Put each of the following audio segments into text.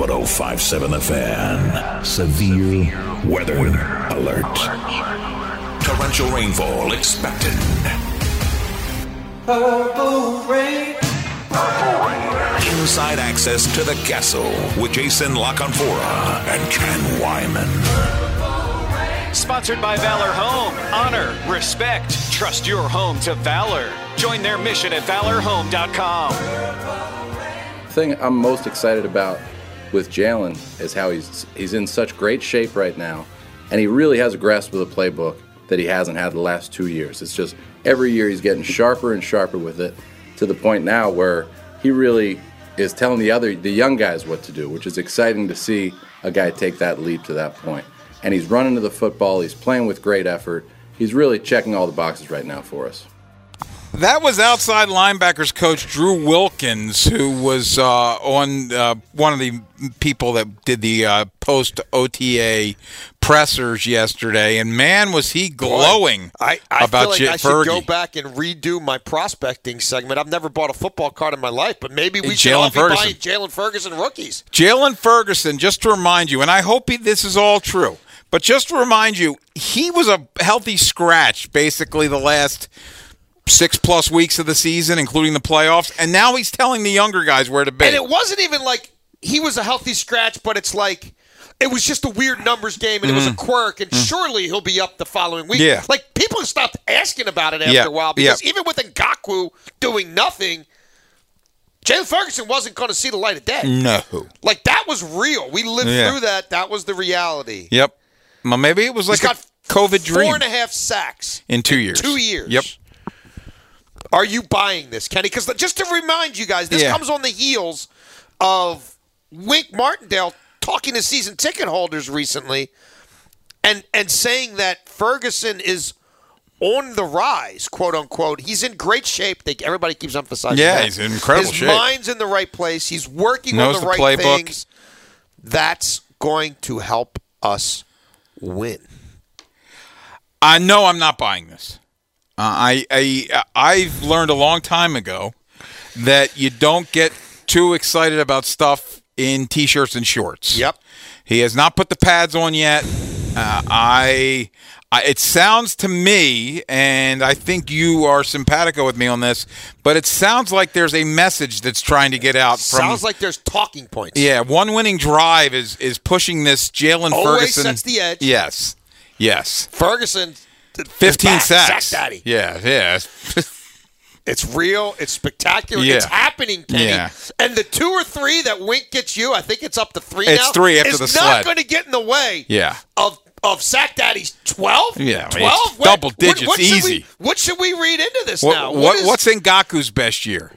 1057 The Fan. Severe, weather, alert. Torrential rainfall expected. Purple rain. Inside access to the castle with Jason Lacanfora and Ken Wyman. Sponsored by Valor Home. Honor, respect, trust your home to Valor. Join their mission at valorhome.com. thing I'm most excited about with Jalen is how he's he's in such great shape right now, and he really has a grasp of the playbook that he hasn't had the last two years. It's just every year he's getting sharper and sharper with it, to the point now where he really is telling the other the young guys what to do, which is exciting to see a guy take that leap to that point. And he's running to the football. He's playing with great effort. He's really checking all the boxes right now for us. That was outside linebackers coach Drew Wilkins, who was uh, on uh, one of the people that did the uh, post OTA pressers yesterday, and man, was he glowing I, I about feel like Jit I Fergie. should go back and redo my prospecting segment. I've never bought a football card in my life, but maybe we And should Jalen all be Ferguson. buying Jalen Ferguson rookies. Jalen Ferguson, just to remind you, and I hope he, this is all true, but just to remind you, he was a healthy scratch basically the last six plus weeks of the season, including the playoffs, and now he's telling the younger guys where to be. And it wasn't even like he was a healthy scratch, but it's like it was just a weird numbers game and it was a quirk, and surely he'll be up the following week. Mm. Yeah. Like people have stopped asking about it after Yeah, a while yeah. because even with Ngaku doing nothing, Jalen Ferguson wasn't going to see the light of day. no. Like that was real. We lived Yeah. through that. That was the reality. Yep. Well, maybe it was like He's got a COVID dream Four and a half sacks. in two years. two years. Yep. Are you buying this, Kenny? Because just to remind you guys, this Yeah. comes on the heels of Wink Martindale talking to season ticket holders recently and, and saying that Ferguson is on the rise, quote unquote. He's in great shape. They, everybody keeps emphasizing Yeah, that. he's in incredible His shape. mind's in the right place. He's working Knows on the, the right playbook. things. That's going to help us win. I know I'm not buying this. Uh, I, I I've learned a long time ago that you don't get too excited about stuff in t-shirts and shorts. Yep. He has not put the pads on yet. Uh, I, I, it sounds to me, and I think you are simpatico with me on this, but it sounds like there's a message that's trying to get out. From, Sounds like there's talking points. yeah, one winning drive is is pushing this Jalen Always Ferguson. sets the edge. Yes, yes, Ferguson. th- fifteen is back. sacks. Sack daddy. Yeah, yeah. It's real. It's spectacular. Yeah. It's happening, Kenny. Yeah. And the two or three that Wink gets you, I think it's up to three It's now. three after is the not sled. going to get in the way Yeah. of of Sack Daddy's 12? Yeah, I mean, 12? it's double digits, should we- easy. what should we read into this What, now? what- is- what's in Gaku's best year?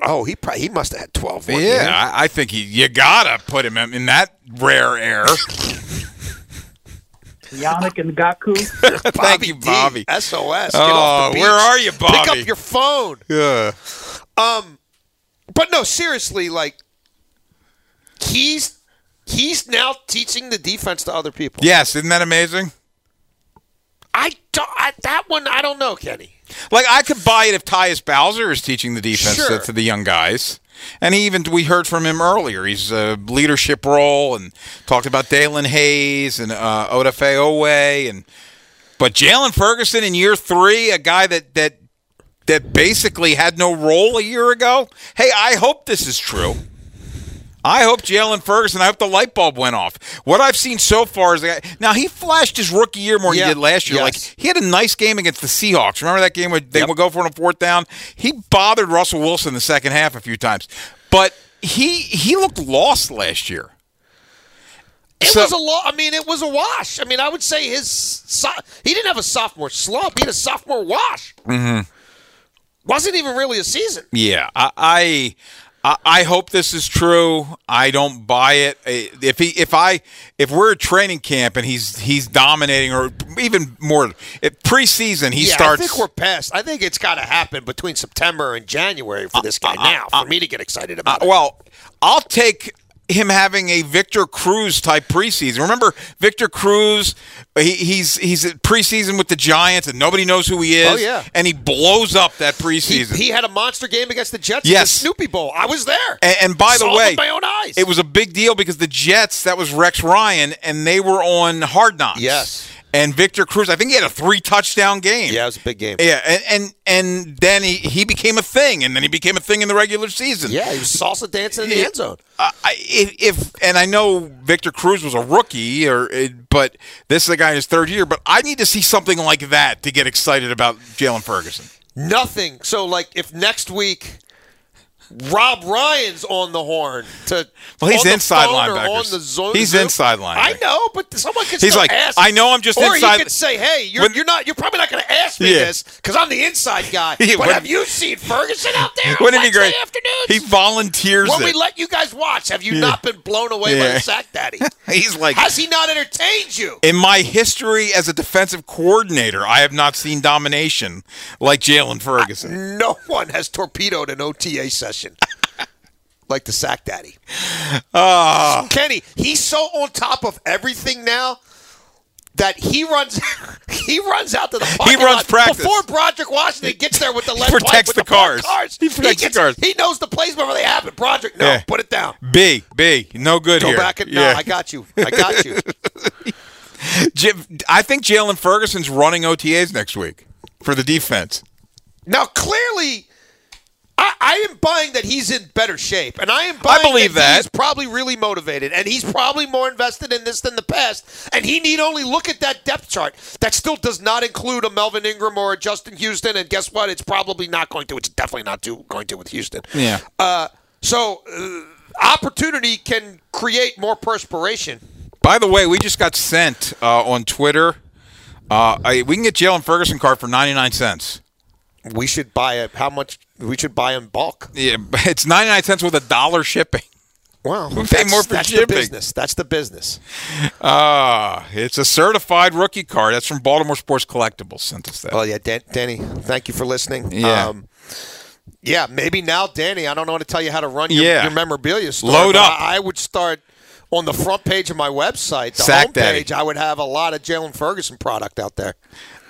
Oh, he probably, he must have had 12 one yeah, year. I, I think he, you gotta put him in, in that rare air. Yannick and Gaku. Thank you, D, Bobby. SOS. Oh, Get off the beach. where are you, Pick Bobby? up your phone. Yeah. But no, seriously, like he's he's now teaching the defense to other people. Yes, isn't that amazing? I, don't, I that one I don't know, Kenny. Like I could buy it if Tyus Bowser is teaching the defense to, Sure. to the young guys, and even we heard from him earlier. He's a leadership role and talked about Dalen Hayes and uh, Odafe Owe and but Jalen Ferguson in year three, a guy that that that basically had no role a year ago. Hey, I hope this is true. I hope Jalen Ferguson. I hope the light bulb went off. What I've seen so far is that now he flashed his rookie year more than Yeah. he did last year. Yes. Like he had a nice game against the Seahawks. Remember that game where they would go for it on fourth down? He bothered Russell Wilson the second half a few times, but he he looked lost last year. It So- was a lo- I mean, it was a wash. I mean, I would say his so- he didn't have a sophomore slump. He had a sophomore wash. Mm-hmm. Wasn't even really a season. Yeah, I, I I I hope this is true. I don't buy it. I- If he if I if we're at training camp and he's he's dominating or even more if preseason he yeah, starts. I think we're past. I think it's got to happen between September and January for this guy now for me to get excited Uh, about. it. well, I'll take him having a Victor Cruz type preseason. Remember Victor Cruz? He, he's he's at preseason with the Giants, and nobody knows who he is. Oh, yeah. and he blows up that preseason. He, he had a monster game against the Jets. Yes. in the Snoopy Bowl. I was there. And, and by the Saw it way, with my own eyes. it was a big deal because the Jets, that was Rex Ryan, and they were on hard knocks. Yes. And Victor Cruz, I think he had a three touchdown game. yeah, it was a big game. Yeah, and and, and then he, he became a thing, and then he became a thing in the regular season. Yeah, he was salsa dancing in the Yeah. end zone. I, I- if, if and I know Victor Cruz was a rookie, or it- but this is a guy in his third year. But I need to see something like that to get excited about Jalen Ferguson. Nothing. So, like, if next week Rob Ryan's on the horn to Well, he's on the inside phone or linebackers. On the zone, He's Zoom- inside linebacker. I know, but someone can. He's still like, ask. "I know I'm just or inside- he could say, "Hey, you're, When- you're not. You're probably not going to ask me Yeah. this because I'm the inside guy. Yeah, but when- have you seen Ferguson out there? on Wouldn't it be Wednesday great? Afternoons? He volunteers when we it. let you guys watch, have you not been blown away by Yeah. the sack daddy? He's like, Has he not entertained you? In my history as a defensive coordinator, I have not seen domination like Jalen Ferguson. No one has torpedoed an OTA session like the sack daddy. Ah. Kenny, he's so on top of everything now that he runs he runs out to the parking runs lot practice. before Broderick Washington gets there with the left protects pipe with the parked cars. cars. He protects the gets- cars. He knows the plays before they happen. Broderick, no, Yeah. put it down. B, B, no good Go here. back and no, I got you. I got you. J- I think Jalen Ferguson's running OTAs next week for the defense. Now, clearly, I, I am buying that he's in better shape, and I am buying believe that. he's probably really motivated, and he's probably more invested in this than the past. And he need only look at that depth chart that still does not include a Melvin Ingram or a Justin Houston. And guess what? It's probably not going to. It's definitely not to, going to with Houston. Yeah. Uh, so, uh, opportunity can create more perspiration. By the way, we just got sent uh, on Twitter. Uh, I, we can get Jalen Ferguson card for 99 cents. We should buy a How much? We should buy in bulk. Yeah, it's 99 cents with a dollar shipping. Wow, we pay more for that's The shipping. business. That's the business. Ah, it's a certified rookie card. That's from Baltimore Sports Collectibles sent us that. Oh yeah, Dan- Danny. Thank you for listening. Um, Yeah. yeah, maybe now, Danny. I don't know how to tell you how to run your, Yeah. your memorabilia store. Load but up. I, I would start on the front page of my website, the Sack homepage. Daddy. I would have a lot of Jalen Ferguson product out there.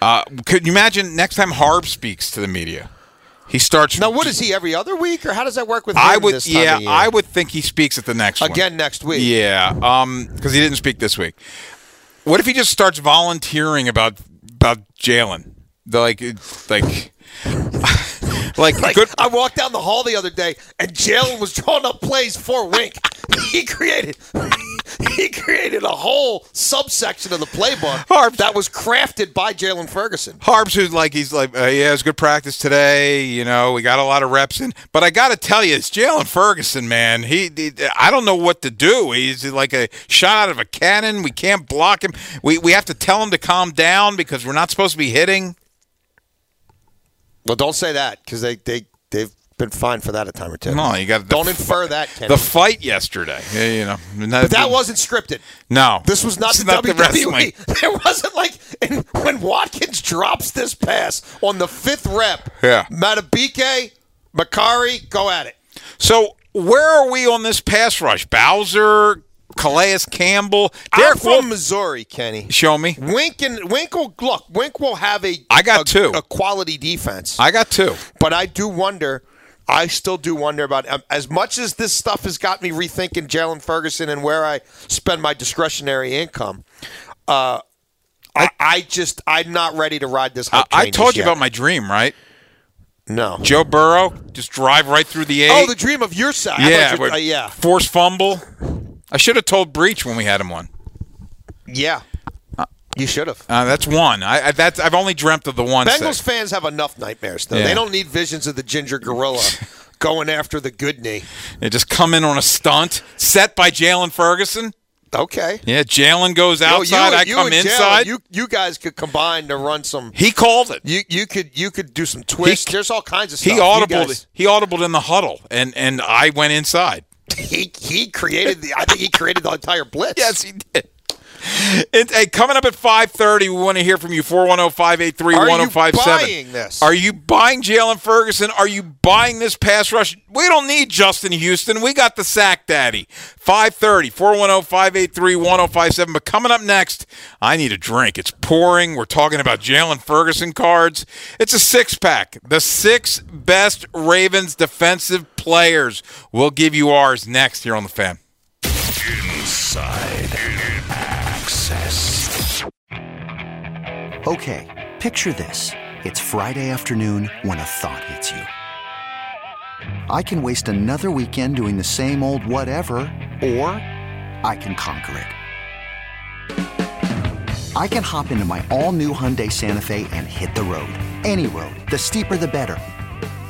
Uh, could you imagine next time Harb speaks to the media? He starts. Now, what is he every other week, or how does that work with him I would, this time yeah, of year? I would think he speaks at the next one. again next week. Yeah, um, because he didn't speak this week. What if he just starts volunteering about about Jalen? The, Like, it's like, like, Like, good. I walked down the hall the other day, and Jalen was drawing up plays for Wink. he created, he created a whole subsection of the playbook Harp. that was crafted by Jalen Ferguson. Harbs who's like he's like uh, yeah it was good practice today you know we got a lot of reps in but I got to tell you it's Jalen Ferguson man he, he- I don't know what to do he's like a shot out of a cannon we can't block him we we have to tell him to calm down because we're not supposed to be hitting Well, don't say that because they they they've been fined for that a time or two. no you got don't infer that. Kenny. the fight yesterday yeah, you know but that wasn't scripted. no This was not It's the WWE. there wasn't like and when Watkins drops this pass on the fifth rep. Yeah. Matabike, Makari, go at it. so where are we on this pass rush Bowser Calais Campbell They're Derek from Wolf Missouri, Kenny. show me Wink and Wink will look. Wink will have a I got a- two. a quality defense. I got two But I do wonder. I still do wonder about um, as much as this stuff has got me rethinking Jalen Ferguson and where I spend my discretionary income. Uh, I, I just I'm not ready to ride this. I, Hype I train told just you yet. about my dream right No. Joe Burrow just drive right through the eight. Oh, the dream of your side. I yeah, thought you were- where- uh, yeah, Force fumble. I should have told Breach when we had him on. yeah. You should have. Uh, that's one. I, I that's I've only dreamt of the one. Bengals sack. fans have enough nightmares, though. Yeah. They don't need visions of the ginger gorilla going after the good knee. They just come in on a stunt set by Jalen Ferguson. Okay. Yeah, Jalen goes Yo, outside. you, I you come and Jalen, inside. you you guys could combine to run some. he called it. You you could you could do some twists. He- There's all kinds of He stuff. You audibled. guys- He audibled in the huddle, and and I went inside. he he created the. I think he created the entire blitz. Yes, he did. It, hey, coming up at 5.30, we want to hear from you, oh, 410-583-1057. Are you buying this? Are you buying Jalen Ferguson? Are you buying this pass rush? We don't need Justin Houston. We got the sack daddy. 5.30, 410-583-1057. But coming up next, I need a drink. It's pouring. We're talking about Jalen Ferguson cards. It's a six-pack. The six best Ravens defensive players. We'll give you ours next here on The Fan. Inside access. Okay, picture this. It's Friday afternoon when a thought hits you. I can waste another weekend doing the same old whatever, or I can conquer it. I can hop into my all new Hyundai Santa Fe and hit the road. Any road. The steeper, the better.